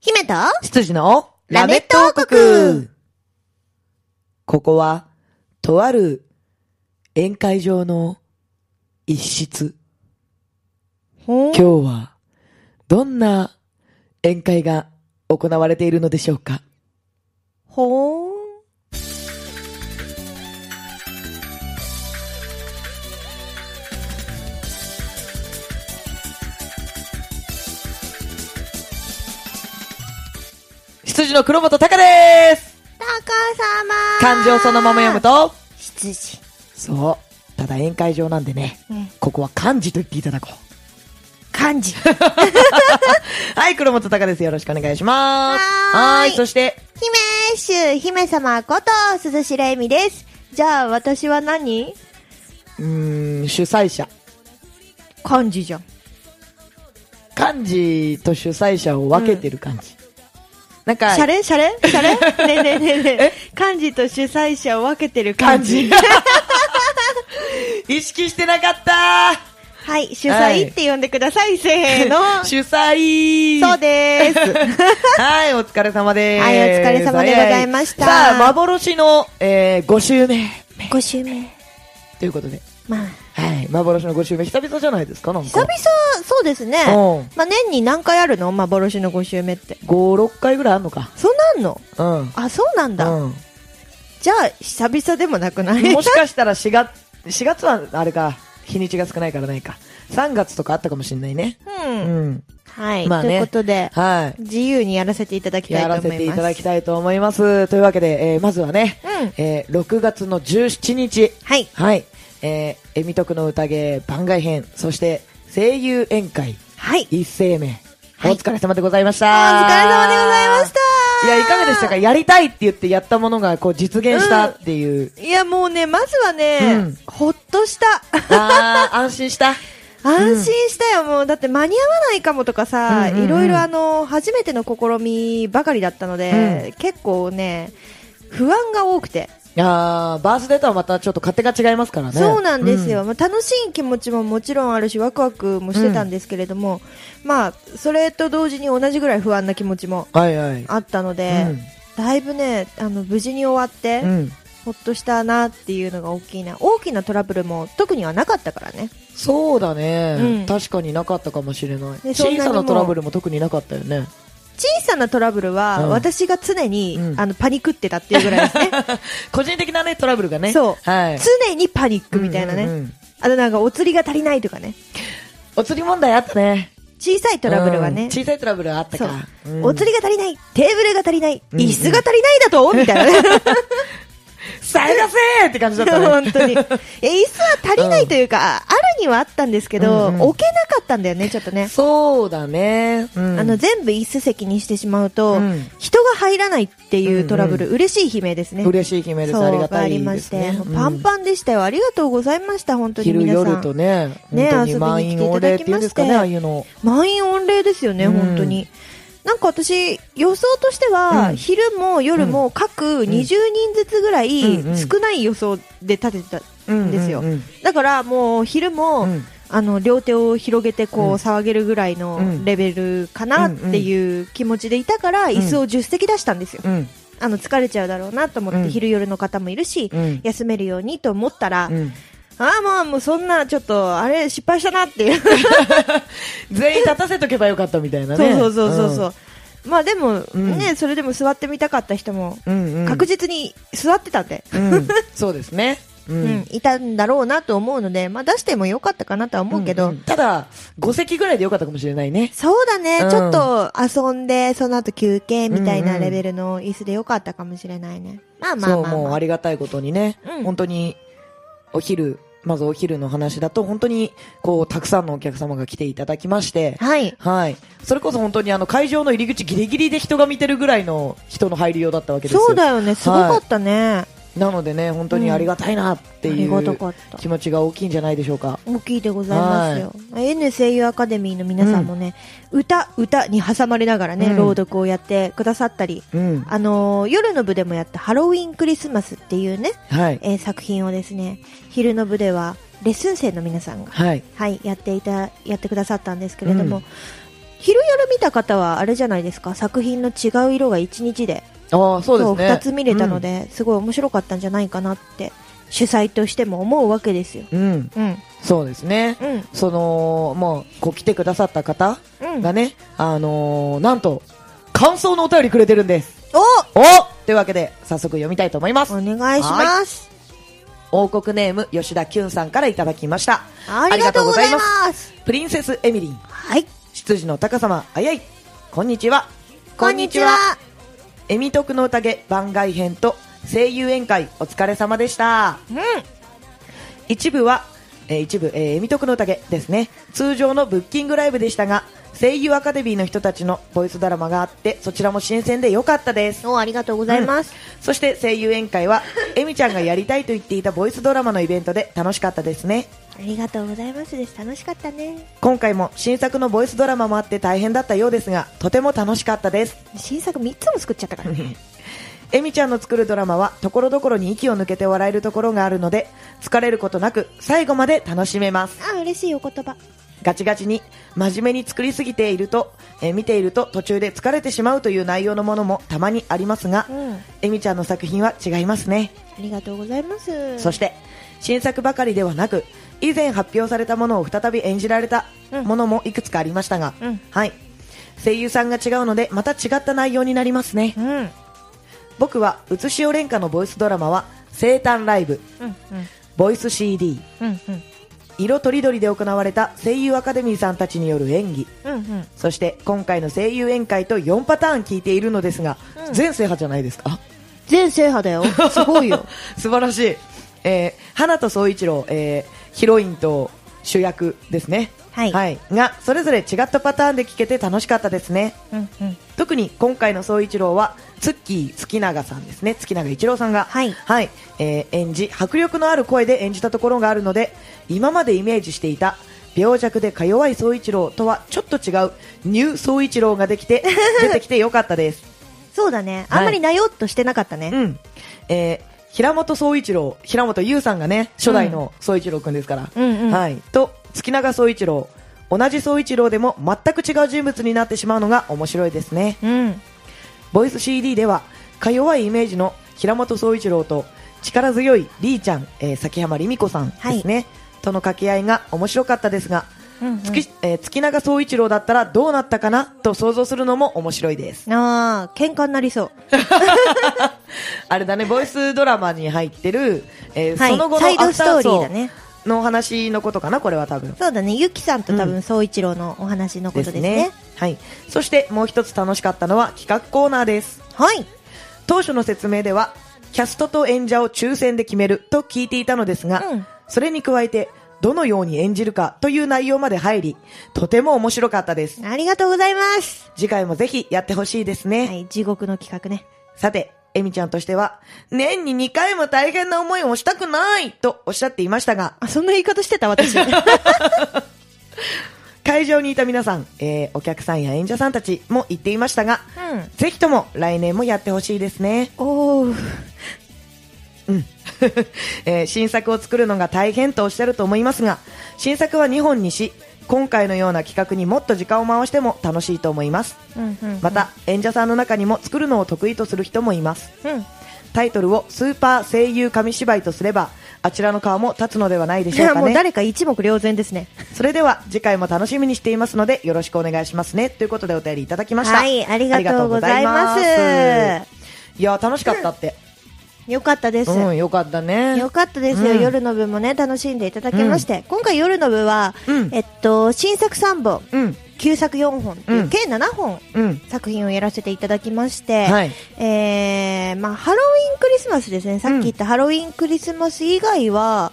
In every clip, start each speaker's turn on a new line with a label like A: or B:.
A: 姫と
B: 羊の
A: ラメット王国
B: ここは、とある宴会場の一室。
A: ほー
B: 今日は、どんな宴会が行われているのでしょうか
A: ほー
B: 羊の黒本隆です
A: タカ様
B: 漢字をそのまま読むと、
A: 羊。
B: そう。ただ宴会場なんでね、
A: うん
B: ここは漢字と言っていただこう。
A: 漢 字。
B: はい、黒本隆です。よろしくお願いします。
A: はーい
B: ーそして、
A: 姫主、姫様こと、鈴しれみです。じゃあ、私は何
B: うーん、主催者。
A: 漢字じゃん。
B: 漢字と主催者を分けてる感じ。なんか、
A: シャレシャレシャレねえねえねえね え。漢字と主催者を分けてる
B: 感
A: 漢
B: じ
A: 字。。
B: 意識してなかった
A: はい、主
B: はい
A: 催って呼んでください。せーの。
B: 主催
A: そうです。
B: はい、お疲れ様です。
A: はいお疲れ様でございました
B: はいさあ、幻の、えー、5周目。
A: 5週目。
B: ということで。
A: まあ、
B: はい、幻の5周目、久々じゃないですか、なんか。
A: 久々、そうですね
B: うん。
A: まあ、年に何回あるの幻の5週目って。
B: ?5、6回ぐらいあんのか。
A: そんなんの
B: うん。
A: あ、そうなんだ。
B: うん。
A: じゃあ、久々でもなくない
B: もしかしたら4月、4月はあれか、日にちが少ないからないか。3月とかあったかもしれないね。
A: う。
B: うんん。
A: はい。
B: まあね
A: ということで、
B: はい。
A: 自由にやらせていただきたい
B: や
A: と思いま
B: ら
A: す。
B: せていただきたいと思います。というわけで、えーまずはね、
A: う
B: えー6月の17日、
A: はい。
B: はい、えー、えみとくの宴番外編、そして声優宴会
A: はい。
B: 一斉目、
A: はい
B: お疲れ様でございまし
A: お
B: た。
A: 疲れ様でございました
B: いや、いかがでしたかやりたいって言ってやったものがこう実現したっていう。
A: いや、もうね、まずはね、
B: うん
A: ほっとした。
B: あー、安心した。
A: 安心したよ、もう。だって間に合わないかもとかさ、
B: うんうんうん
A: いろいろあの、初めての試みばかりだったので、結構ね、不安が多くて。
B: あー、バースデーとはまたちょっと勝手が違いますからね。
A: そうなんですよ、
B: うん。
A: まあ、楽しい気持ちももちろんあるしワクワクもしてたんですけれども、まあそれと同時に同じぐらい不安な気持ちも
B: はいはい。
A: あったので、
B: うん
A: だいぶねあの無事に終わって、
B: うん。
A: ほっとしたなっていうのが大きいな大きなトラブルも特にはなかったからね
B: そうだね、
A: うん
B: 確かになかったかもしれない。
A: でそんな
B: 小
A: にも
B: さなトラブルも特になかったよね。
A: 小さなトラブルは、
B: うん
A: 私が常に、
B: うん
A: あのパニックってたっていうぐらいです ね
B: 個人的なね、トラブルがね。
A: そう
B: はい。
A: 常にパニックみたいなね、
B: うんうんうん
A: あとなんかお釣りが足りないとかね
B: お釣り問題あったね。
A: 小さいトラブルはね、
B: うん小さいトラブルはあった
A: そう
B: か。、
A: お釣
B: り。
A: りが足りない、テーブルが足りない、
B: うんうん
A: 椅子が足りないだと、みたいな ね。
B: さえだせーって感じだったね。
A: 本当に。いや、椅子は足りないというか、あるにはあったんですけど、
B: うんうん
A: 置けなかったんだよね、ちょっとね。
B: そうだね。うん
A: あの、全部椅子席にしてしまうと、
B: うん
A: 人が入らないっていうトラブル、
B: う
A: 嬉しい悲鳴ですね。
B: 嬉しい悲鳴です。
A: そう
B: ありがた
A: あ
B: い
A: りま
B: で
A: し
B: す
A: て、
B: ね。
A: パン
B: ン。
A: パンでしたよ。ありがとうございました、本当に
B: 昼
A: 皆さん。
B: 夜とね、
A: ね
B: 本当に満員御礼っていうんですかね、
A: 遊びに来ていただきまして
B: ああいうの。
A: 満員御礼ですよね、
B: うん
A: 本当に。なんか私、予想としては、
B: うん
A: 昼も夜も各20人ずつぐらい
B: うんうん
A: 少ない予想で立ててたんですよ。
B: うんうん
A: だからもう昼も、
B: うん
A: あの両手を広げてこう
B: うん
A: 騒げるぐらいのレベルかなっていう気持ちでいたから、
B: ん
A: 椅子を10席出したんですよ。
B: うん。
A: あの疲れちゃうだろうなと思って、
B: うん
A: 昼夜の方もいるし、
B: うん
A: 休めるようにと思ったら、
B: うん
A: ああ、もう、もうそんな、ちょっと、あれ、失敗したなっていう。
B: 全員立たせとけばよかったみたいな
A: そう
B: ね。
A: そうそうそうそう、まあでも、
B: うん
A: ねそれでも座ってみたかった人も
B: うん。うんうん。
A: 確実に座ってたんで、
B: うんそうですね。う
A: うん
B: ん。
A: いたんだろうなと思うので、まあ、出してもよかったかなとは思うけど、
B: んんただ、5席ぐらいでよかったかもしれないね。
A: そうだね、
B: うん
A: ちょっと遊んでその後休憩みたい
B: うん
A: な
B: うん
A: レベルの椅子でよかったかもしれないね、まあまあ
B: そう、
A: まあ、
B: もう
A: ま
B: あ
A: あ、
B: りがたいことにね、
A: うん
B: 本当に、お昼、まずお昼の話だと、本当に、こう、たくさんのお客様が来ていただきまして、
A: はい
B: はい。それこそ本当にあの会場の入り口ギリギリで人が見てるぐらいの人の入りようだったわけですよ。
A: そうだよねすごかったね、
B: なのでね、本当にありがたいなっていう、
A: ありがたかった
B: 気持ちが大きいんじゃないでしょうか。
A: 大きいでございますよ、N 声優アカデミーの皆さんもね、歌歌に挟まれながらね、
B: うん
A: 朗読をやってくださったり
B: うん。
A: あのー夜の部でもやったハロウィンクリスマスっていうね、
B: はい。
A: えー作品をですね、昼の部ではレッスン生の皆さんが、
B: はい。
A: はい、やっていたやってくださったんですけれども、
B: うん
A: 昼夜見た方はあれじゃないですか作品の違う色が1日で
B: ああ、そうですね。
A: 2つ見れたので、すごい面白かったんじゃないかなって主催としても思うわけですよ。
B: うん。うん。
A: うん
B: そうですね。
A: うん
B: その、もう、こう来てくださった方
A: うん、
B: がね、あのーなんと、感想のお便りくれてるんです。
A: お
B: おというわけで、早速読みたいと思います。
A: お願いします
B: 王国ネーム、吉田きゅんさんからいただきました。
A: ありがとうございま。す
B: プリンセスエミリン、
A: はい
B: 執事の高様、あやい。こんにちは。
A: こんにちは
B: エミ徳の宴番外編と声優宴会お疲れ様でした。
A: うん
B: 一部は、えー一部、えー、エミ徳の宴ですね。通常のブッキングライブでしたが、声優アカデミーの人たちのボイスドラマがあって、そちらも新鮮で良かったです。
A: おありがとうございます、
B: そして声優宴会は、エミちゃんがやりたいと言っていたボイスドラマのイベントで楽しかったですね。
A: ありがとうございますです楽しかったね
B: 今回も新作のボイスドラマもあって大変だったようですが、とても楽しかったです。
A: 新作3つも作っちゃったからね
B: エミちゃんの作るドラマはところどころに息を抜けて笑えるところがあるので疲れることなく最後まで楽しめます
A: あ嬉しいお言葉
B: ガチガチに真面目に作りすぎていると、えー見ていると途中で疲れてしまうという内容のものもたまにありますが、
A: うんあ
B: エミちゃんの作品は違いますね、
A: りがとうございます
B: そして新作ばかりではなく以前発表されたものを再び演じられたものもいくつかありましたが、
A: うん
B: はい声優さんが違うのでまた違った内容になりますね
A: うんうん
B: 僕はうつしお廉価のボイスドラマは生誕ライブ
A: うん
B: ボイス CD
A: うんうん
B: 色とりどりで行われた声優アカデミーさんたちによる演技
A: うんうん
B: そして今回の声優宴会と4パターン聞いているのですが、
A: うん
B: 全制覇じゃないです か
A: 全制覇だ よすごいよ
B: 素晴らしい、えー花と総一郎、えーヒロインと主役ですね
A: はい
B: がそれぞれ違ったパターンで聞けて楽しかったですね
A: うんうん
B: 特に今回の総一郎はツッキー月永さんですね月永一郎さんが、
A: はい
B: えー演じ迫力のある声で演じたところがあるので今までイメージしていた病弱でか弱い総一郎とはちょっと違うニュー総一郎ができ て出てきてよかったです、
A: そうだねあんまりなよっとしてなかったね、
B: うんえー平本総一郎平本優さんがね初代の総一郎くんですから、
A: うんうん
B: はい、と月永総一郎同じ総一郎でも全く違う人物になってしまうのが面白いですね
A: うん
B: ボイス CD ではか弱いイメージの平本総一郎と力強いりーちゃん、えー、崎浜りみ子さんですね、との掛け合いが面白かったですが、
A: うんうん
B: 月えー月永総一郎だったらどうなったかなと想像するのも面白いです
A: あー喧嘩になりそう
B: あれだねボイスドラマに入ってる、えー
A: はい
B: その後の
A: サイド
B: アフ
A: スト
B: タ
A: ー
B: ー
A: リ
B: 層
A: ーだね
B: の話のことかなこれは多分
A: そうだねゆきさんと多
B: う
A: 分
B: ん
A: 総一郎のお話のことですね,、
B: はい、そしてもう一つ楽しかったのは企画コーナーです
A: はい
B: 当初の説明ではキャストと演者を抽選で決めると聞いていたのですが、
A: うん
B: それに加えてどのように演じるかという内容まで入りとても面白かったです
A: ありがとうございます
B: 次回もぜひやってほしいですね、
A: はい地獄の企画ね
B: さてエミちゃんとしては年に2回も大変な思いをしたくないとおっしゃっていましたが
A: あそんな言い方してた私
B: 会場にいた皆さん、えーお客さんや演者さんたちも言っていましたが、
A: うん
B: ぜひとも来年もやってほしいですね
A: おお
B: えー新作を作るのが大変とおっしゃると思いますが新作は2本にし今回のような企画にもっと時間を回しても楽しいと思います
A: うんうん
B: また演者さんの中にも作るのを得意とする人もいます
A: うん
B: タイトルを「スーパー声優紙芝居」とすればあちらの顔も立つのではないで
A: い
B: しょう
A: や
B: か
A: もう
B: ね
A: 誰か一目瞭然ですね
B: それでは次回も楽しみにしていますのでよろしくお願いしますねということでお便りいただきました
A: はいありがとうございます
B: ありがとうございますいや楽しかったって、
A: よかったです、
B: うん、よかったね
A: よかったですよ、
B: うん
A: 夜の部もね楽しんでいただきまして、今回夜の部は、
B: うん
A: えっと新作3本
B: うん
A: 旧作4本っていう、
B: うん
A: 計7本
B: うん
A: 作品をやらせていただきまして、
B: はい
A: えーまあ、ハロウィンクリスマスですねさっき言ったハロウィンクリスマス以外は、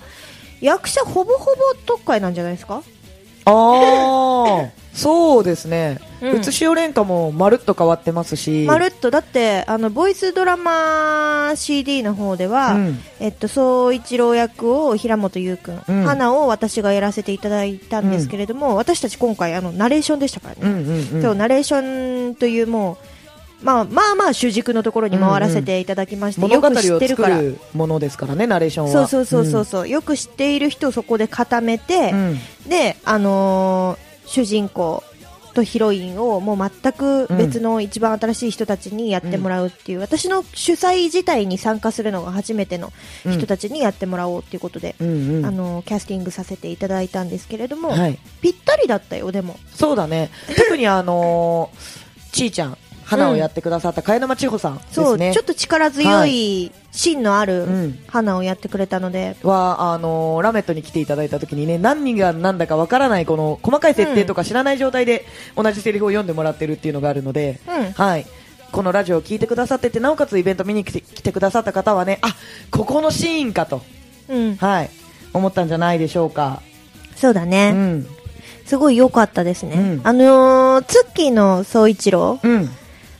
A: 役者ほぼほぼ特会なんじゃないですか
B: ああそうですね、
A: うん
B: うつしお廉価もまるっと変わってますし
A: まるっとだってあのボイスドラマ CD の方では、
B: うん
A: えっと総一郎役を平本優君、
B: うん
A: 花を私がやらせていただいたんですけれども、私たち今回あのナレーションでしたからね、
B: うんうんうん
A: そうナレーションというもうまあまあまあ主軸のところに回らせていただきまして、
B: 物語
A: よく知っ
B: を
A: てる
B: 作
A: から
B: るものですからねナレーションは
A: そうそうそうそうそう、よく知っている人をそこで固めて、
B: うん
A: であのー主人公とヒロインをもう全く別の一番新しい人たちにやってもらうっていう、私の主催自体に参加するのが初めての人たちにやってもらおうっていうことで、
B: うんうんうん
A: あのーキャスティングさせていただいたんですけれども、
B: はい
A: ぴったりだったよでも
B: そう だね特にあのーちーちゃん花をやってくださった茅沼千穂さんです
A: そう、
B: ね
A: ちょっと力強い芯のある
B: うん
A: 花をやってくれたので、
B: はあのーラメットに来ていただいた時にね何が何だかわからないこの細かい設定とか知らない状態で同じセリフを読んでもらってるっていうのがあるので、
A: うん
B: はいこのラジオを聞いてくださっててなおかつイベント見に来て来てくださった方はねあここのシーンかと、
A: うん、
B: はい、思ったんじゃないでしょうか。
A: そうだね、
B: うん
A: すごい良かったですね。
B: うん
A: あのー、ツッキーの総一郎
B: うん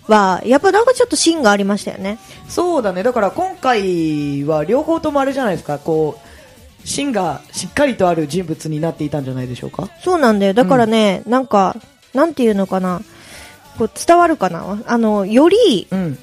A: は、やっぱなんかちょっと芯がありましたよね。
B: そうだねだから今回は両方ともあれじゃないですかこう芯がしっかりとある人物になっていたんじゃないでしょうか
A: そうなんだよ。だからね、なんか、なんていうのかな。こう伝わるかなあの、より
B: うん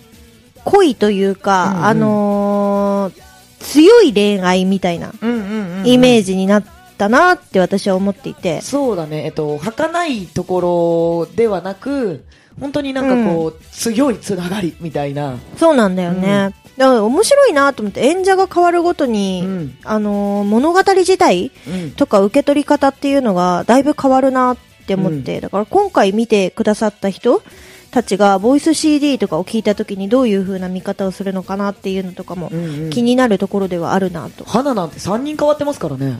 A: 濃いというか、
B: うんうん
A: あのー、強い恋愛みたいな
B: うんうんうん
A: イメージになったなって私は思っていて。
B: そうだね、えっと、儚いところではなく、本当になんかこう、強いつながりみたいな。
A: そうなんだよね。だから面白いなと思って演者が変わるごとに、
B: うん
A: あのー物語自体
B: うん
A: とか受け取り方っていうのがだいぶ変わるなって思って、だから今回見てくださった人たちがボイス CD とかを聞いた時にどういう風な見方をするのかなっていうのとかも
B: うんうん
A: 気になるところではあるなと、
B: 花なんて3人変わってますからね。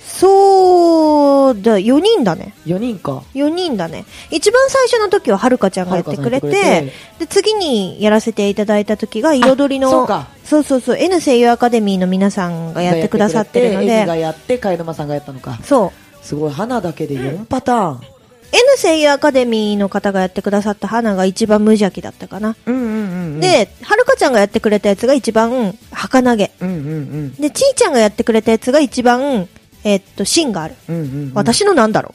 A: そうだ4人だね
B: 4人か。
A: 4人だね一番最初の時ははるかちゃんがやってくれて
B: はるかさんやってく
A: で
B: れ
A: 次にやらせていただいた時が彩りの
B: あそうか
A: そうそうそう N 声優アカデミーの皆さんがやってくださってるの
B: やってくれてエミが
A: で
B: やって、貝沼さんがやったのか。
A: そう
B: すごい、花だけで4パターン。
A: N 声優アカデミーの方がやってくださった花が一番無邪気だったかな。
B: うんうんうで、
A: で、はるかちゃんがやってくれたやつが一番儚げ。
B: うんうんうん。
A: で、ちいちゃんがやってくれたやつが一番、えっと、芯がある。
B: うんうんうん、
A: 私のなんだろ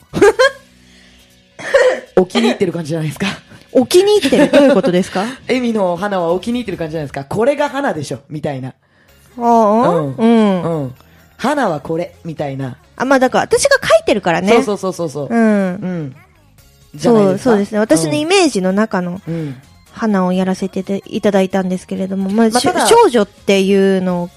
B: お気に入ってる感じじゃないですか。
A: う。お気に入ってる。どういうことですか
B: エミの花はお気に入ってる感じじゃないですか。これが花でしょ、みたいな。
A: ああ、うん、うん。
B: うん。花はこれ、みたいな。
A: あ、まあだから私が書いてるからね。
B: そうそうそうそうそう。
A: うん。
B: うん。じゃない
A: そ
B: で
A: う、
B: すか
A: そうですね。私のイメージの中の
B: うんうん
A: 花をやらせていただいたんですけれども、まあ、
B: まあ
A: しょ
B: ただ
A: 少女っていうのを、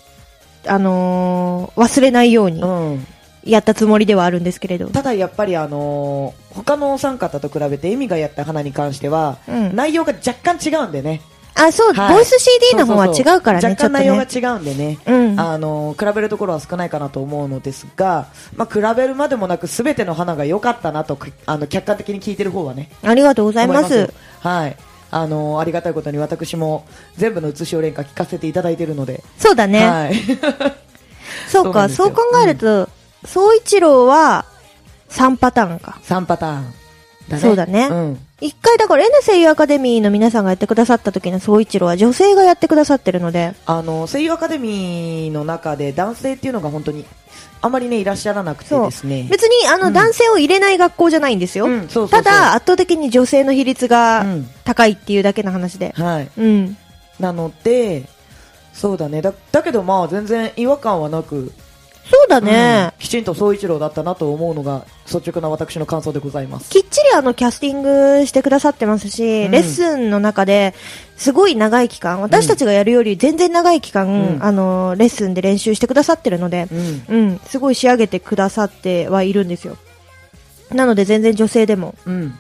A: あのー忘れないように。
B: うん
A: やったつもりではあるんですけれど。
B: ただやっぱりあのー他のお三方と比べてエミがやった花に関しては、
A: うん
B: 内容が若干違うんでね、
A: あ、そう、
B: はい
A: ボイス CD の方は違うからね、
B: そ
A: ちょ
B: そ
A: っと
B: 若干内容
A: ね。
B: が違うんでね、
A: うん
B: あのー比べるところは少ないかなと思うのですが、まあ、比べるまでもなく全ての花が良かったなとくあの客観的に聞いてる方はね
A: ありがとうございます。
B: 思いはいあのーありがたいことに私も全部の写しを連歌聞かせていただいてるので、
A: そうだね。
B: はい
A: そうか、
B: そ
A: そうう
B: なんですよ
A: 考えると、総一郎は3パターンか。
B: 3パターンだね
A: そうだね
B: うん
A: 一回だから N 声優アカデミーの皆さんがやってくださった時の総一郎は女性がやってくださってるので、
B: あの声優アカデミーの中で男性っていうのが本当にあまりねいらっしゃらなくて
A: そう。
B: ですね
A: 別にあ
B: う
A: の
B: ん
A: 男性を入れない学校じゃないんですよ。
B: うんそうそうそう
A: ただ、圧倒的に女性の比率が
B: うん
A: 高いっていうだけの話で。
B: はい
A: うん。
B: なのでそうだねだだけどまあ全然違和感はなく、
A: そうだね。
B: うんきちんと総一郎だったなと思うのが率直な私の感想でございます
A: きっちりあのキャスティングしてくださってますし、
B: うん
A: レッスンの中ですごい長い期間、私たちがやるより全然長い期間、
B: うん
A: あの、レッスンで練習してくださってるので
B: う、ん
A: うん、すごい仕上げてくださってはいるんですよ。なので全然女性でも
B: うん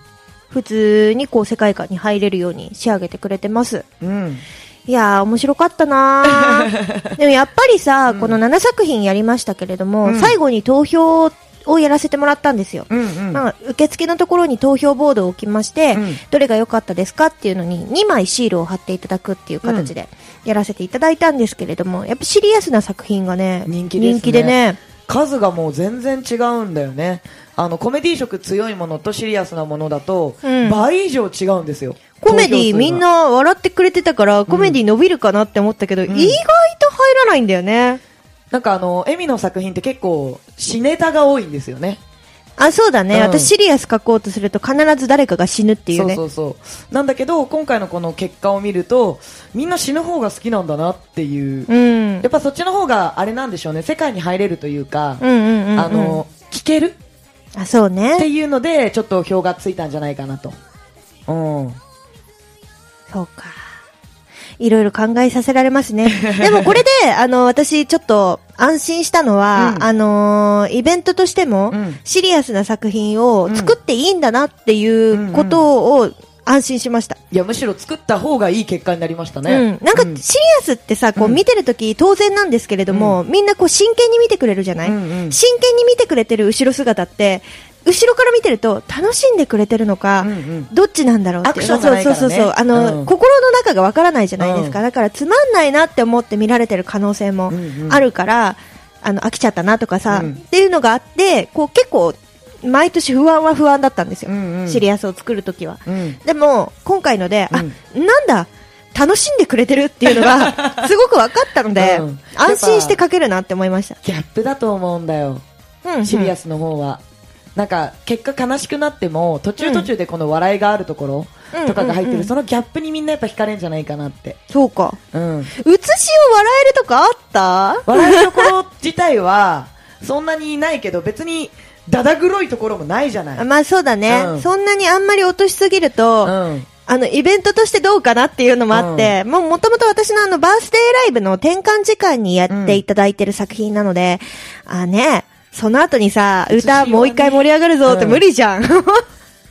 A: 普通にこう世界観に入れるように仕上げてくれてます。
B: うん
A: いやー、面白かったなー でもやっぱりさ、この7作品やりましたけれども、
B: うん
A: 最後に投票をやらせてもらったんですよ。
B: うんうん
A: まあ、受付のところに投票ボードを置きまして、
B: うん
A: どれが良かったですかっていうのに2枚シールを貼っていただくっていう形でやらせていただいたんですけれども、やっぱシリアスな作品がね、
B: 人気ですね
A: でね、
B: 数がもう全然違うんだよねあのコメディ色強いものとシリアスなものだと
A: うん
B: 倍以上違うんですよ、
A: コメデ
B: 投票数
A: ィ
B: が
A: みんな笑ってくれてたから、コメディ伸びるかなって思ったけど、意外と入らないんだよね。
B: なんかあのエミの作品って結構死ネタが多いんですよね
A: あそうだね、
B: うん
A: 私シリアス書こうとすると必ず誰かが死ぬっていうね
B: そうそうそうなんだけど今回のこの結果を見るとみんな死ぬ方が好きなんだなっていう、
A: うんうん
B: やっぱそっちの方があれなんでしょうね世界に入れるというか、
A: うんうんうん
B: あの聞ける
A: あそう
B: って
A: ね
B: いうのでちょっと票がついたんじゃないかなと、うん、
A: そうかいろいろ考えさせられます ねでもこれであの私ちょっと安心したのは、
B: うん
A: あのーイベントとしても、
B: うん
A: シリアスな作品を作っていいんだなっていうことを安心しました、
B: いやむしろ作った方がいい結果になりましたね、
A: うん、なんかシリアスってさ、こう
B: うん
A: 見てるとき当然なんですけれども、みんなこう真剣に見てくれるじゃない、
B: うんうん
A: 真剣に見てくれてる後ろ姿って、後ろから見てると楽しんでくれてるのか、
B: うんうん
A: どっちなんだろうっていう
B: アクションがないからね
A: そうそうそうそうあの、
B: うん
A: 心の中がわからないじゃないですか、
B: う
A: だからつまんないなって思って見られてる可能性も
B: うんうん
A: あるから、あの飽きちゃったなとかさ、
B: う
A: っ
B: ん
A: ていうのがあってこう結構毎年不安は不安だったんですよ、
B: うんうん
A: シリアスを作るときは。
B: うん
A: でも、今回ので、あ、
B: う
A: なんだ、楽しんでくれてるっていうの が、すごく分かったので、
B: うん
A: 安心して書けるなって思いまし
B: ギャップだと思うんだよ
A: た。うん、
B: シリア
A: ス。
B: スの方は。なんか結果悲しくなっても途中途中でこの笑いがあるところとかが入
A: う
B: ってる、
A: んうんうん
B: そのギャップにみんなやっぱ惹かれるんじゃないかなって、
A: そうか。
B: うん、
A: 写しを笑えるとかあった
B: 笑いどころ自体はそんなにないけど別にだだ黒いところもないじゃない、
A: まあそうだね、
B: うん
A: そんなにあんまり落としすぎると、
B: うん、
A: あのイベントとしてどうかなっていうのもあって、もうもともと私のあのバースデーライブの転換時間にやっていただいてる作品なので、あね、その後にさ、
B: 写しは
A: 歌
B: ね
A: もう一回盛り上がるぞって無理じゃん。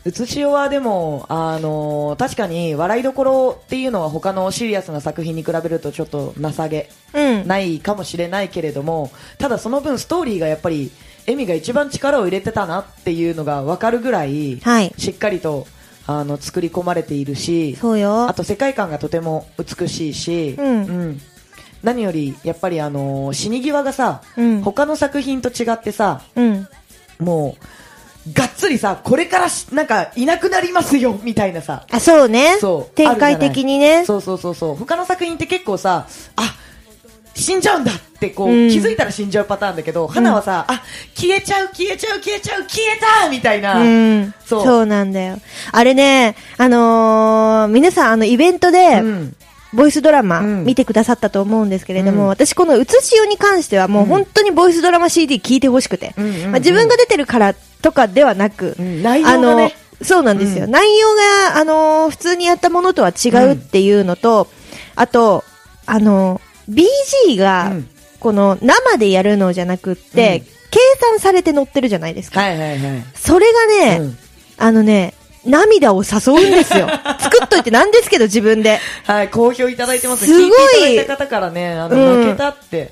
B: 写しよはでも、あのー確かに笑いどころっていうのは他のシリアスな作品に比べるとちょっと情け
A: うん。
B: ないかもしれないけれどもただその分ストーリーがやっぱりエミが一番力を入れてたなっていうのが分かるぐらい、
A: はい
B: しっかりとあの作り込まれているし
A: そうよ。
B: あと世界観がとても美しいし、
A: うん
B: 何よりやっぱり、あのー死に際がさ、
A: うん
B: 他の作品と違ってさ
A: うん。
B: もうがっつりさこれからしなんかいなくなりますよみたいなさ
A: あ、そうね。
B: そう
A: 展開的にね。
B: そうそうそうそう他の作品って結構さあ死んじゃうんだってこう、
A: うん
B: 気づいたら死んじゃうパターンだけど花はさ、あ消えちゃう消えちゃう消えちゃう消えたみたいな、
A: うん、
B: そう
A: そうなんだよ。あれね、あのー皆さん、あの、イベントで、
B: うん
A: ボイスドラマ
B: うん
A: 見てくださったと思うんですけれども、
B: うん
A: 私この写しよに関してはもう本当にボイスドラマ CD 聞いてほしくて、
B: うんうんうん
A: まあ、自分が出てるからとかではなく、
B: うん内容がね
A: あの、そうなんですよ。
B: う
A: 内容が、あのー普通にやったものとは違うっていうのと、あと、あのー BG が
B: うん、
A: この生でやるのじゃなくって、
B: うん
A: 計算されて乗ってるじゃないですか。
B: はいはいはい、
A: それがね、
B: うん
A: あのね、涙を誘うんです よ。作っといてなんですけど、自分で。
B: はい、好評いただいてます
A: すごい
B: 聞いていただいた方からねあの、
A: うん
B: 泣けたって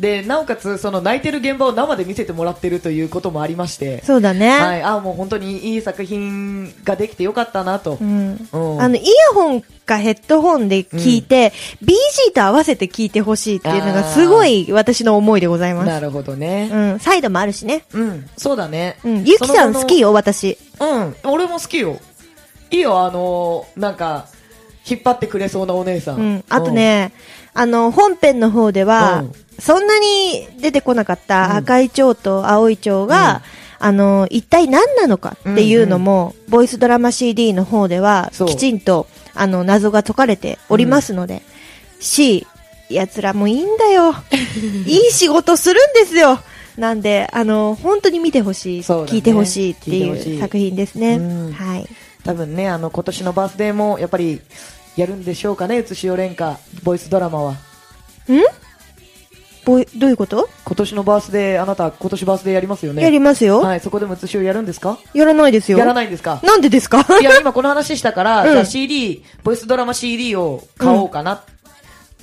B: でなおかつその泣いてる現場を生で見せてもらってるということもありまして
A: そうだね。
B: はい、あもう本当にいい作品ができてよかったなと、
A: うん
B: うん
A: あの、イヤホンかヘッドホンで聞いて、BG と合わせて聞いてほしいっていうのがすごい私の思いでございます。
B: なるほどね、
A: うん、サイドもあるしね。
B: うん、そうだね。
A: うん、ゆきさん好き
B: よ。
A: よ、私。
B: うん、俺も好きよ。いいよ、あのーなんか、引っ張ってくれそうなお姉さん。
A: うん、あとね、あの、本編の方では
B: うん、
A: そんなに出てこなかった
B: うん
A: 赤い蝶と青い蝶が、あの、一体何なのかっていうのも、ボイスドラマ CD の方では、
B: そう
A: きちんと、あの、謎が解かれておりますので、し、奴らもいいんだ よ。いい仕事するんですよ。なんで、あの、本当に見てほしい、
B: そうだね
A: 聞いてほしいって
B: 聞いてほ
A: い
B: し
A: う
B: い
A: 作品ですね。
B: うん
A: はい。
B: うん。多分ね、あの、今年のバースデーも、やっぱり、やるんでしょうかね、うつしお連歌、ボイスドラマは。
A: んボイどういうこと、
B: 今年のバースデー、あなた、今年バースデーやりますよね。
A: やりますよ。
B: はい、そこでもうつしおやるんですか
A: やらないですよ。
B: やらないんですか
A: なんでですか
B: いや、今この話したから、
A: うん
B: じゃあ CD、ボイスドラマ CD を買おうかな。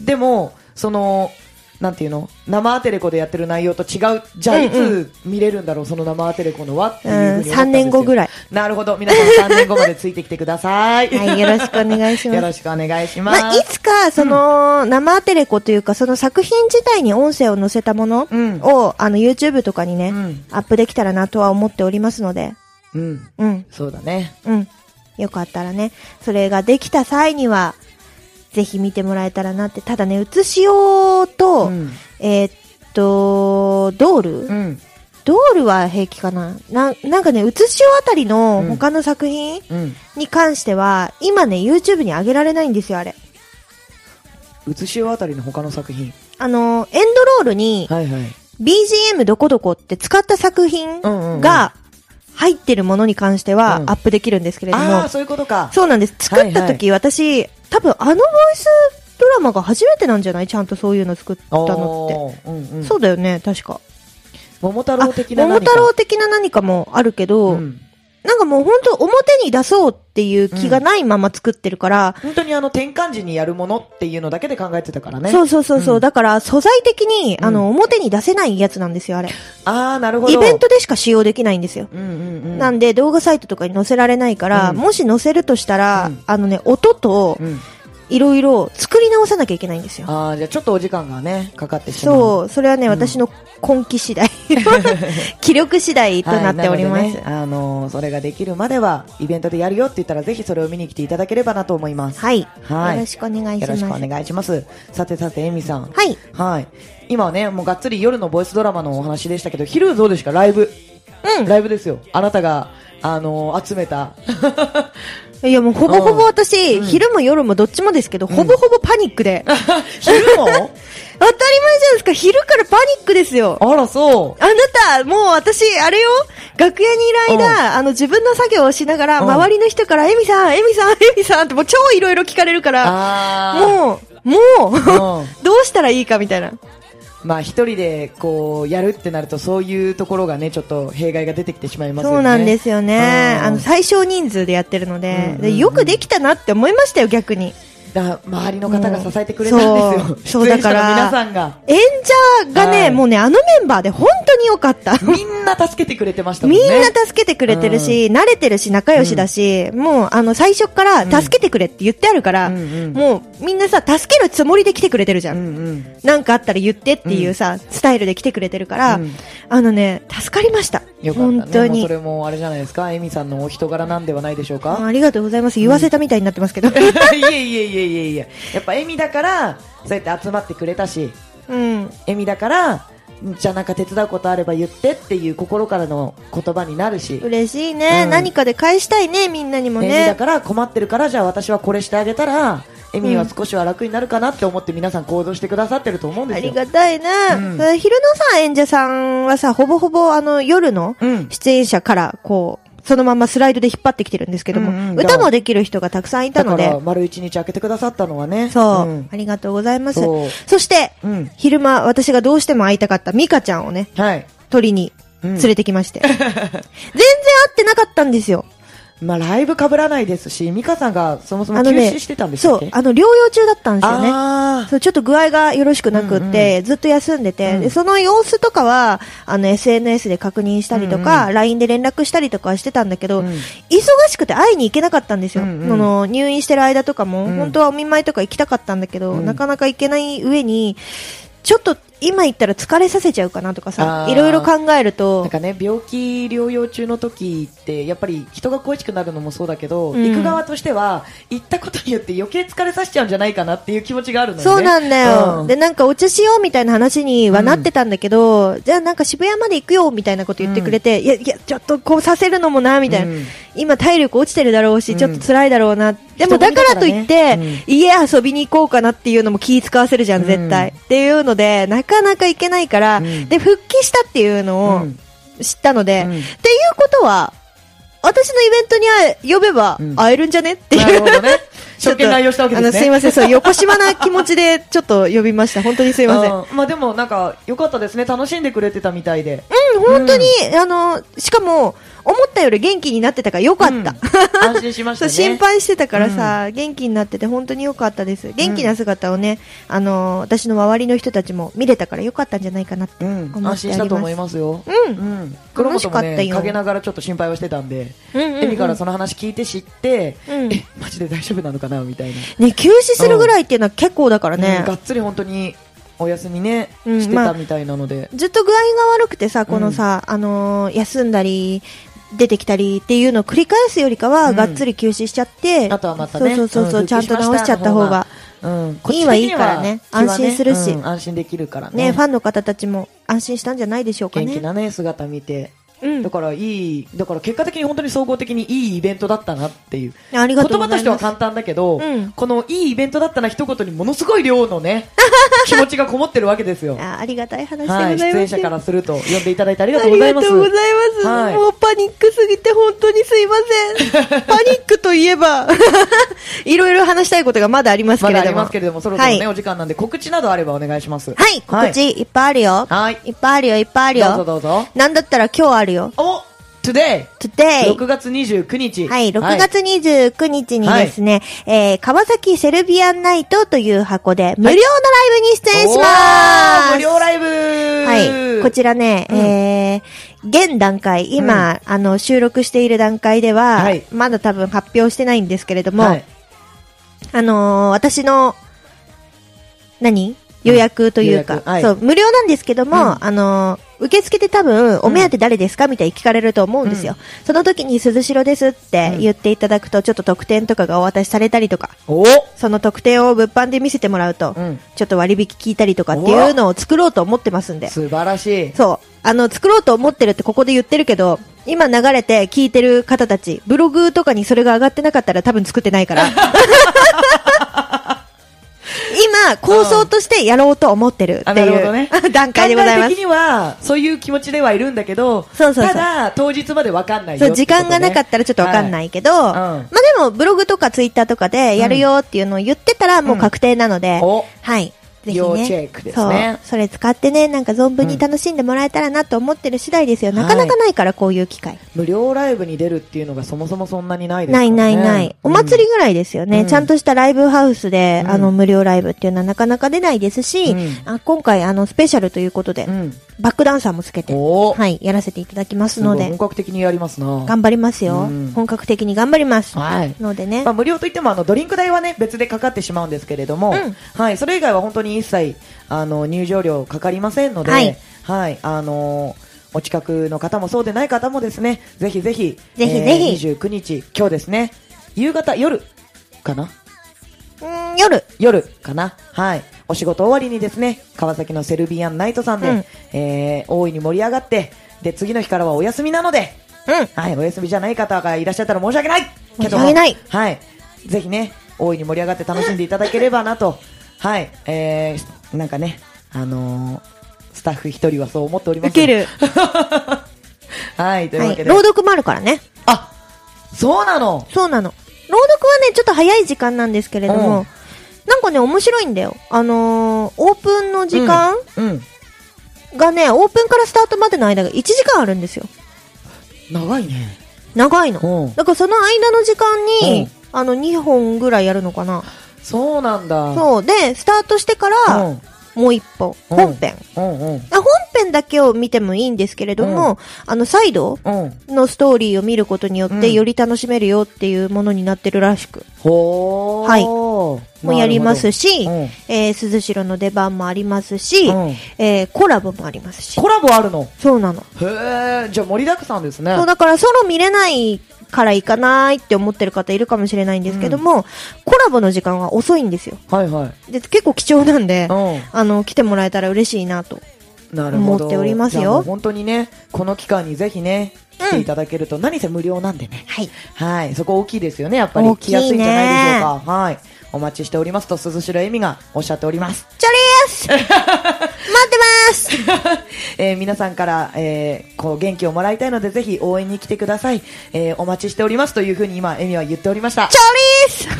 B: でも、その、なんていうの生アテレコでやってる内容と違う。じゃあ、
A: うんうん
B: いつ見れるんだろう、その生アテレコのはっていうふうに思ったんですよ。
A: うん三年後ぐらい。
B: なるほど。皆さん3年後までついてきてください。
A: はい、よろしくお願いし
B: よ
A: ま
B: ろ
A: す。
B: しくお願いしま す。
A: まあ、いつか、その、生テレコというか、その作品自体に音声を載せたものを、
B: うん
A: あの、YouTube とかにね、
B: うん
A: アップできたらなとは思っておりますので、
B: うん。
A: うん、
B: そうだね。
A: うん。よかったらね、それができた際には、ぜひ見てもらえたらなって、ただね、写しようと、
B: うん
A: えーっと、ドール、
B: うん。
A: ドールは平気かな。ななんかね、うつしおあたりの
B: うん
A: 他の作品
B: うん。
A: に関しては、今ね、YouTube に上げられないんですよ、あれ。
B: うつしおあたりの他の作品。
A: あの、エンドロールに、
B: はいはい。
A: BGM どこどこって使った作品
B: うんうんうん
A: が入ってるものに関しては
B: うん
A: アップできるんですけれども、
B: ああ、そういうことか。
A: そうなんです。作った時、私、多分あのボイスドラマが初めてなんじゃないちゃんとそういうの作ったの
B: おーうんう
A: っ
B: ん。
A: て。そうだよね、確か。
B: 桃太
A: あ
B: 郎的な
A: 桃
B: 何か。
A: 太郎的な何かもあるけど、
B: うん
A: なんかもう本当表に出そうっていう気がないまま作ってるから、
B: 本当にあの、転換時にやるものっていうのだけで考えてたからね。
A: そうそうそうそう、
B: うん
A: だから素材的に、
B: うん
A: あの、表に出せないやつなんですよ、あれ。
B: ああ、なるほど。
A: イベントでしか使用できないんですよ。
B: うんうんうん。
A: なんで動画サイトとかに載せられないから、
B: うん
A: もし載せるとしたら、
B: うん
A: あのね、音と
B: うん。
A: いろいろ作り直さなきゃいけないんですよ。
B: ああ、じゃあちょっとお時間がね、かかってしまう。
A: そう、それはね、
B: うん
A: 私の根気次 第、気力次第となっておりま
B: はい
A: す。
B: なのでねあのーそれができるまでは、イベントでやるよって言ったら、ぜひそれを見に来ていただければなと思います。
A: はい、
B: はい
A: よろしくお願いし
B: よろ
A: ま
B: し
A: す。
B: くお願いします。さてさて、エミさん。
A: はい。
B: はい。今はね、もうがっつり夜のボイスドラマのお話でしたけど、昼どうですかライブ。
A: うん
B: ライブですよ。あなたが、あのー集めた。
A: いやもうほぼほぼ
B: うん
A: 私、昼も夜もどっちもですけど、ほぼほぼパニック で。当たり
B: 昼 も
A: 前じゃないですか、昼からパニックですよ。
B: あら、そう。
A: あなた、もう私、あれよ、楽屋にいる間、あの、自分の作業をしながら、
B: うん
A: 周りの人から、エミさん、エミさん、エミさんって、もう超いろいろ聞かれるから、
B: あ
A: もう、も
B: あ。
A: う、
B: もうん。
A: どうしたらいいかみたいな。
B: まあ、一人で、こう、やるってなると、そういうところがね、ちょっと、弊害が出てきてしまいますよね。
A: そうなんですよね。
B: うん
A: あの、最小人数でやってるの
B: うんうん
A: で
B: う、ん
A: でよくできたなって思いましたよ、逆に。
B: だ周りの方が支えてくれたんですよ、
A: うんそうそう
B: 出演者
A: だか
B: の
A: ら
B: 皆さんが、
A: 演者が
B: は
A: ね、
B: い
A: もうね、あのメンバーで本当に良かった。
B: みんな助けてくれてましたもん
A: み
B: ね。
A: んな助けてくれてるし、慣れてるし、仲良しだし、もう、あの、最初から助けてくれって言ってあるから、
B: うんうん
A: もう、みんなさ、助けるつもりで来てくれてるじゃん。
B: うんうん、
A: なんかあったら言ってっていうさ、スタイルで来てくれてるから、
B: うん
A: あのね、助かりました。
B: よかったね。
A: 本当
B: もう
A: に
B: そ。れもあれじゃないですか、エミさんのお人柄なんではないでしょう
A: あ
B: か。
A: ありがとうございます。言わせたみたいになってますけど。
B: いえいえいえいえいえ。やっぱエミだから、そうやって集まってくれたし、
A: うん。
B: エミだから、じゃあなんか手伝うことあれば言ってっていう心からの言葉になるし、
A: 嬉しいね、
B: うん
A: 何かで返したいね、みんなにも
B: エミだ
A: ね。
B: から困ってるから、じゃあ私はこれしてあげたら、エミは少しは楽になるかなって思って皆さん行動してくださってると思うんで
A: あ
B: すよ。
A: りがたいね、
B: うん
A: だから昼のさ、演者さんはさ、ほぼほぼあの、夜の
B: うん
A: 出演者から、こう、そのままスライドで引っ張ってきてるんですけども、
B: うんうん
A: 歌もできる人がたくさんいたの
B: だか
A: で
B: ら、丸一日開けてくださったのはね。
A: そう、
B: ん
A: ありがとうございます。
B: そう
A: そして、
B: うん
A: 昼間、私がどうしても会いたかったミカちゃんをね、
B: はい。
A: 鳥に連れてきま して。全然会ってなかったんですよ。
B: まあ、ライブ被らないですし、美香さんがそもそも
A: あの
B: 休
A: ね
B: 止してたん、です
A: そ
B: よ
A: う、あの、療養中だったんですよね。
B: あ
A: そう、ちょっと具合がよろしくなくって、ずっと休んでて、
B: うん
A: で、その様子とかは、あの、SNS で確認したりとか、LINE で連絡したりとかはしてたんだけど、
B: うん
A: 忙しくて会いに行けなかったんですよ。
B: うんうん
A: その、入院してる間とかも、
B: うん
A: 本当はお見舞いとか行きたかったんだけど、
B: うん
A: なかなか行けない上に、ちょっと、今行ったら疲れさせちゃうかなとか
B: あ
A: さ、
B: ー
A: いろいろ考える
B: あ。なん
A: と、
B: かね、病気療養中の時って、やっぱり人が恋しくなるのもそうだけど、
A: うん
B: 行く側としては、行ったことによって余計疲れさせちゃうんじゃないかなっていう気持ちがあるのよね。
A: そうなんだよ、
B: うん
A: で、なんかお茶しようみたいな話にはなってたんだけど、じゃあなんか渋谷まで行くよみたいなこと言ってくれて、いや、いや、ちょっとこうさせるのもな、みたいな。
B: うん
A: 今体力落ちてるだろうし、
B: うん
A: ちょっと辛いだろうな。でも
B: 人混
A: だ
B: み
A: か
B: だか
A: ら
B: ら
A: と
B: ね
A: いって、
B: う
A: 家遊びに行こうかなっていうのも気使わせるじゃん、絶対。
B: う
A: っていうので、なかなか行けないから、
B: うん
A: で、復帰したっていうの
B: うん
A: を知ったので、
B: うん
A: っていうことは、私のイベントに会え呼べば
B: うん
A: 会えるんじゃねっていう。。
B: なるほどね
A: ちょっ
B: 初
A: と
B: 見内容したわけですね。
A: あの、すいません、そう、横島な気持ちで、ちょっと呼びました。本当にすいません。うん、
B: うんまあでもなんか、良かったですね。楽しんでくれてたみたいで。
A: 本当に、あの、しかも、思ったより元気になってたからよかった。
B: うん安心しま し
A: そ
B: た
A: う
B: ね。
A: 心配してたからさ、元気になってて本当に良かったです。元気な姿をね、あのー私の周りの人たちも見れたから良かったんじゃないかなって
B: う
A: 思っており
B: ん、
A: ま
B: 安
A: す。
B: 心したと思いますよ。
A: うん
B: うん。黒
A: 楽
B: 本
A: しか
B: も
A: ったよ
B: ね、陰ながらちょっと心配をしてたんで、
A: うんうんうん
B: エミからその話聞いて知って、
A: うん
B: え、マジで大丈夫なのかなみたいな。
A: ね、休止するぐらいっていうのは結構だから
B: う
A: ね
B: んが。っつり本当にお休みね、
A: うん
B: して
A: まあ
B: たみたいなので。
A: ずっと具合が悪くてさ、このさ、あのー休んだり、出てきたりっていうのを繰り返すよりかは、
B: うん
A: がっつり休止しちゃって、
B: あとはまたね、
A: そうそうそうそう、
B: ん
A: ちゃんと直しちゃった方が、
B: うん、
A: いいはいいからね
B: こっち的には
A: 安心するし
B: うん安心できるから
A: ね
B: ね
A: ファンの方たちも安心したんじゃないでしょうか
B: 元気
A: ね。
B: なね姿見て、
A: うん
B: だからいいだから結果的に本当に総合的にいいイベントだったなっていう
A: ありがとう
B: 言
A: ご
B: 葉
A: ざ
B: と
A: い
B: して
A: ま
B: は
A: す。
B: 簡単だけど、
A: うん
B: このいいイベントだったな一言にものすごい量の ね気持ちがこもってるわけですよ。
A: あありがたい話でござ
B: はいい、
A: ます
B: 出
A: よ。
B: 演者からすると呼んでいただいてありが
A: あ
B: とうご
A: り
B: ざ
A: が
B: います。
A: とうございます。
B: はい
A: もうパニックすぎて本当にすいま せん。パニックといえば、 いろいろ話したいことがまだありますけれど
B: まだ
A: も。
B: ありますけれども、そろそろね、
A: はい、
B: お時間なんで告知などあればお願いします。
A: はい、告知いっぱいあるよ。
B: はい
A: っぱいあるよ、いっぱいあるよ。
B: どうぞどうぞ
A: なんだったら今日あるよ。
B: お Today!
A: today!
B: 6月29日。
A: はい、6月29日にですね、えー、川崎セルビアンナイトという箱で、無料のライブに出演しま
B: お
A: す。
B: ー無料ライブ
A: はい。こちらね、
B: うん
A: えー、現段階、今、あの、収録している段階では、
B: はい
A: まだ多分発表してないんですけれども、
B: はい
A: あのー私の、何予約という
B: 予
A: か、
B: 約はい
A: そう、無料なんですけども、あのー受付で多分、お目当て誰ですかみたいに聞かれると思うんですよ。その時に、鈴代ですって言っていただくと、ちょっと特典とかがお渡しされたりとか、
B: お
A: その特典を物販で見せてもらうと、
B: うん
A: ちょっと割引聞いたりとかっていうのを作ろうと思ってますんで。
B: 素晴らしい。
A: そう。あの、作ろうと思ってるってここで言ってるけど、今流れて聞いてる方たち、ブログとかにそれが上がってなかったら多分作ってない から。今、構想としてやろうと思ってる
B: あ
A: って
B: なる
A: い
B: ほど
A: う、
B: ね
A: 段階でございま
B: 考
A: す
B: え的。には、そういう気持ちではいるんだけど、
A: そうそうそう
B: ただ、当日までわかんないよ。
A: そう、時間がなかったらちょっとわかんないいけど、まあでもブログとかツイッターとかでやるよっていうのを言ってたらもう確定なので、
B: お
A: はい。ぜひ
B: 要チ
A: ね
B: ェックです
A: そう
B: ね。
A: それ使ってね、なんか存分に楽しんでもらえたらなと思ってる次第ですよ。なかなかないから、こういう機会。
B: 無料ライブに出るっていうのがそもそもそんなにないです
A: ないないない。お祭りぐらいですよね。
B: うん
A: ちゃんとしたライブハウスで、
B: うん
A: あの、無料ライブっていうのはなかなか出ないですし、
B: うん
A: あ今回、あの、スペシャルということで、
B: り。うん。
A: バックダンサーもつけて、
B: おー
A: はい、やらせていただきます
B: すご
A: の
B: い
A: で
B: 本、格的にやりますな。
A: 頑張りますよ、
B: うん
A: 本格的に頑張ります。
B: はい
A: のでね
B: まあ、。無料といってもあのドリンク代はね別でかかってしまうんですけれど
A: う
B: も、
A: ん
B: はい、それ以外は本当に一切あの入場料かかりませんので、
A: は
B: はいいあのお近くの方もそうでない方もですねぜひぜひ
A: ぜひぜひ
B: えー29日今日ですね夕方夜かな
A: うん、夜、
B: 夜かなはいお仕事終わりにですね川崎のセルビアンナイトさんで、
A: うん
B: えー大いに盛り上がってで次の日からはお休みなので
A: うん、
B: はい、お休みじゃない方がいらっしゃったら申し訳ない
A: 申
B: けど
A: し訳ない
B: はい。ぜひね、大いに盛り上がって楽しんでいただければなと。はい。えー、なんかね、あのースタッフ一人はそう思っております。
A: 受け。る。
B: はい、という
A: は
B: わ
A: い、
B: けで。
A: 朗読もあるからね。
B: あ、そうなの
A: そうなの。朗読はね、ちょっと早い時間なんですけれど
B: う
A: も
B: ん、
A: なんかね、面白いんだよ。あのーオープンの時間、
B: うん。うん
A: がね、オープンからスタートまでの間が1時間あるんですよ。
B: 長いね。
A: 長いの。
B: うん。
A: だからその間の時間
B: う
A: に
B: ん、
A: あの、2本ぐらいやるのかな。
B: そうなんだ。
A: そう。で、スタートしてから、
B: うん。
A: もう1本。
B: うん
A: 本編。
B: うんうん。
A: あ本編だけを見てもいいんですけれども、あの、サイド
B: うん。
A: のストーリーを見ることによっ
B: う
A: て、
B: ん
A: より楽しめるよっていうものになってるらしく、
B: ほー。
A: はい
B: も
A: もうやりますし、
B: うん
A: えー、鈴代の出番もありますし、
B: うん
A: えーコラボもありますし。
B: コラボあるの
A: そうなの。
B: へえ、じゃあ盛りだくさんですね。
A: そうだからソロ見れないから行かないって思ってる方いるかもしれないんですけども、コラボの時間が遅いんですよ。
B: はいはい。
A: で、結構貴重なんで、
B: うん。
A: あの、来てもらえたら嬉しいなと。
B: なるほど
A: 思っておりますよ
B: じゃあもう本当にね、この期間にぜひね、
A: うん
B: 来ていただけると、何せ無料なんでね。
A: はい。
B: はい、そこ大きいですよね、やっぱり。
A: 大きいね
B: 来やすいんじゃないでしょうか。はい。お待ちしておりますと、鈴代恵美がおっしゃってお ります。
A: チョリース 待ってます
B: えー皆さんから、えーこう、元気をもらいたいので、ぜひ応援に来てください。えーお待ちしておりますというふうに今、恵美は言っておりました
A: チ。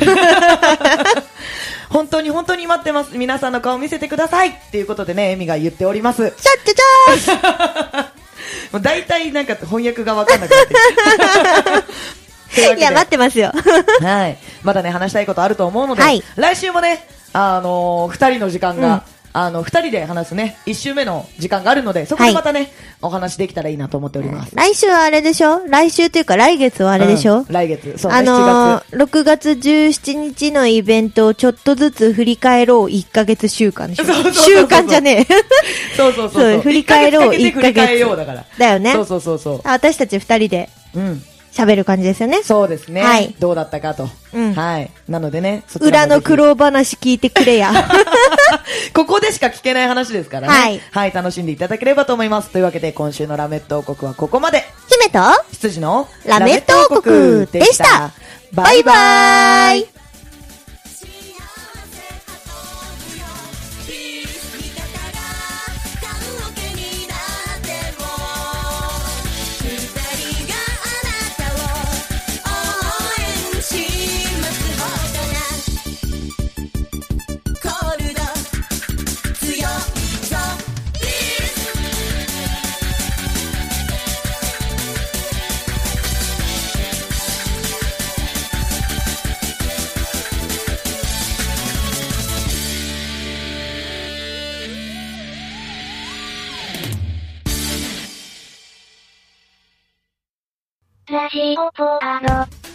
A: ョリース
B: 本当に本当に待ってます。皆さんの顔見せてくださいっていうことでね、恵美が言っておりま
A: チャ
B: す。
A: ッチャ チャース
B: もう大体なんか翻訳がわかんなくなってき て。とうわけ で
A: いや、待ってますよ。
B: はい。まだね、話したいことあると思うので、
A: はい
B: 来週もね、あのー二人の時間が、
A: うん
B: あの、二人で話すね、一週目の時間があるので、そこで
A: はい
B: またね、お話できたらいいなと思っております。
A: 来週はあれでしょ来週というか来月はあれでしょ、
B: うん来月、そうね、
A: あの
B: 7
A: ー、6月17日のイベントをちょっとずつ振り返ろう1ヶ月週間でしょ
B: そうそうそうそう
A: 週間じゃねえ。
B: 月。 そうそうそう
A: そう振り返ろう
B: 一ヶ月かけて振り返ろうだから。
A: だよね
B: そうそうそうそ
A: あ私たち二人で
B: う。うん。
A: 喋る感じですよね。
B: そうですね、
A: はい
B: どうだったかと、
A: うん
B: はい、なのでね、そちら
A: 裏
B: もぜ
A: の
B: ひ
A: 苦労話聞いてくれ や。
B: ここでしか聞けない話ですからね、
A: はい
B: 楽しんでいただければと思います。というわけで、今週のラメット王国はここまで、
A: 姫と、
B: 羊の
A: ラメット王国でした。
B: バ
A: バ
B: イ
A: イ
B: バ
A: バ
B: ーイ
A: イ
C: 幸せ運ぶよ見方が棺桶になっても二人があなたを応援します大人コールド強いぞピース
D: ラジオポアド。